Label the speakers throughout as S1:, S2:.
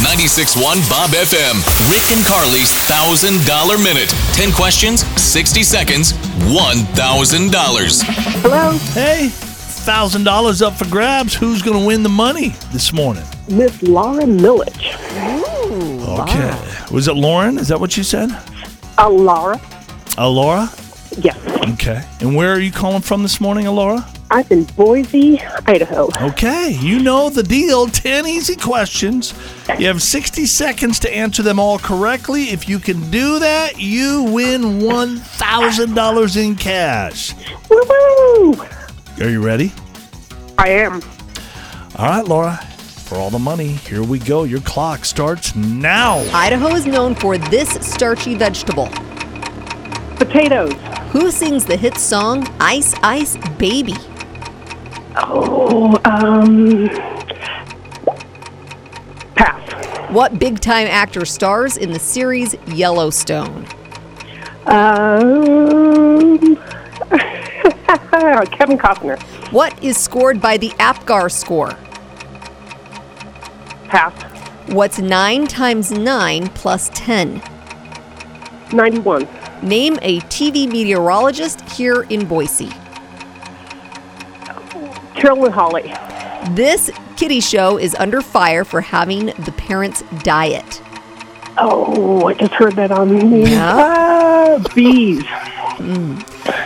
S1: 96.1 Bob FM. Rick and Carly's $1,000 Minute. 10 questions, 60 seconds, $1,000.
S2: Hello,
S3: Hey, thousand dollars up for grabs. Who's going to win the money this morning?
S2: Miss Laura Millich.
S3: Okay. Was it Lauren? Is that what you said?
S2: Uh, Laura,
S3: Uh, Laura.
S2: yes.
S3: Okay. And where are you calling from this morning, Laura?
S2: I'm in Boise, Idaho.
S3: Okay. You know the deal. Ten easy questions. You have sixty seconds to answer them all correctly. If you can do that, you win one thousand dollars in cash.
S2: Woo!
S3: Are you ready?
S2: I am.
S3: All right, Laura. For all the money, here we go. Your clock starts now.
S4: Idaho is known for this starchy vegetable.
S2: Potatoes.
S4: Who sings the hit song Ice Ice Baby?
S2: Oh, um, pass.
S4: What big time actor stars in the series Yellowstone?
S2: Um, Kevin Costner.
S4: What is scored by the APGAR score?
S2: Pass.
S4: What's 9 times 9 plus 10?
S2: Ninety-one.
S4: Name a TV meteorologist here in Boise.
S2: Carolyn Holly.
S4: This kitty show is under fire for having the parents' diet.
S2: Oh, I just heard that on the news.
S4: Yeah.
S2: Ah, bees.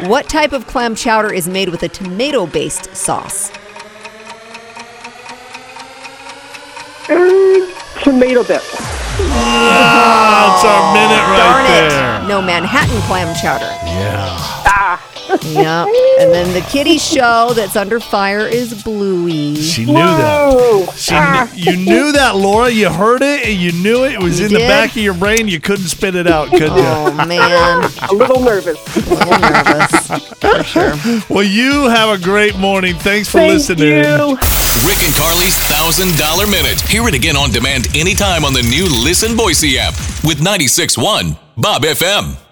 S4: What type of clam chowder is made with a tomato based sauce?
S2: Er, tomato dip.
S3: That's our minute right
S4: Darn it!
S3: there.
S4: No Manhattan clam chowder.
S3: Yeah.
S2: Ah,
S4: Yep. And then the kitty show that's under fire is Bluey.
S3: She knew that.
S2: whoa. Ah.
S3: She kn- you knew that, Laura. You heard it and you knew it. It was
S4: You
S3: in the
S4: did?
S3: back of your brain. You couldn't spit it out, could you?
S4: Oh man,
S2: A little nervous.
S4: a little nervous.
S3: Well, you have a great morning. Thanks for
S2: Thank
S3: listening.
S2: you.
S1: Rick and Carly's $1,000 Minute. Hear it again on demand anytime on the new Listen Boise app with 96.1 Bob FM.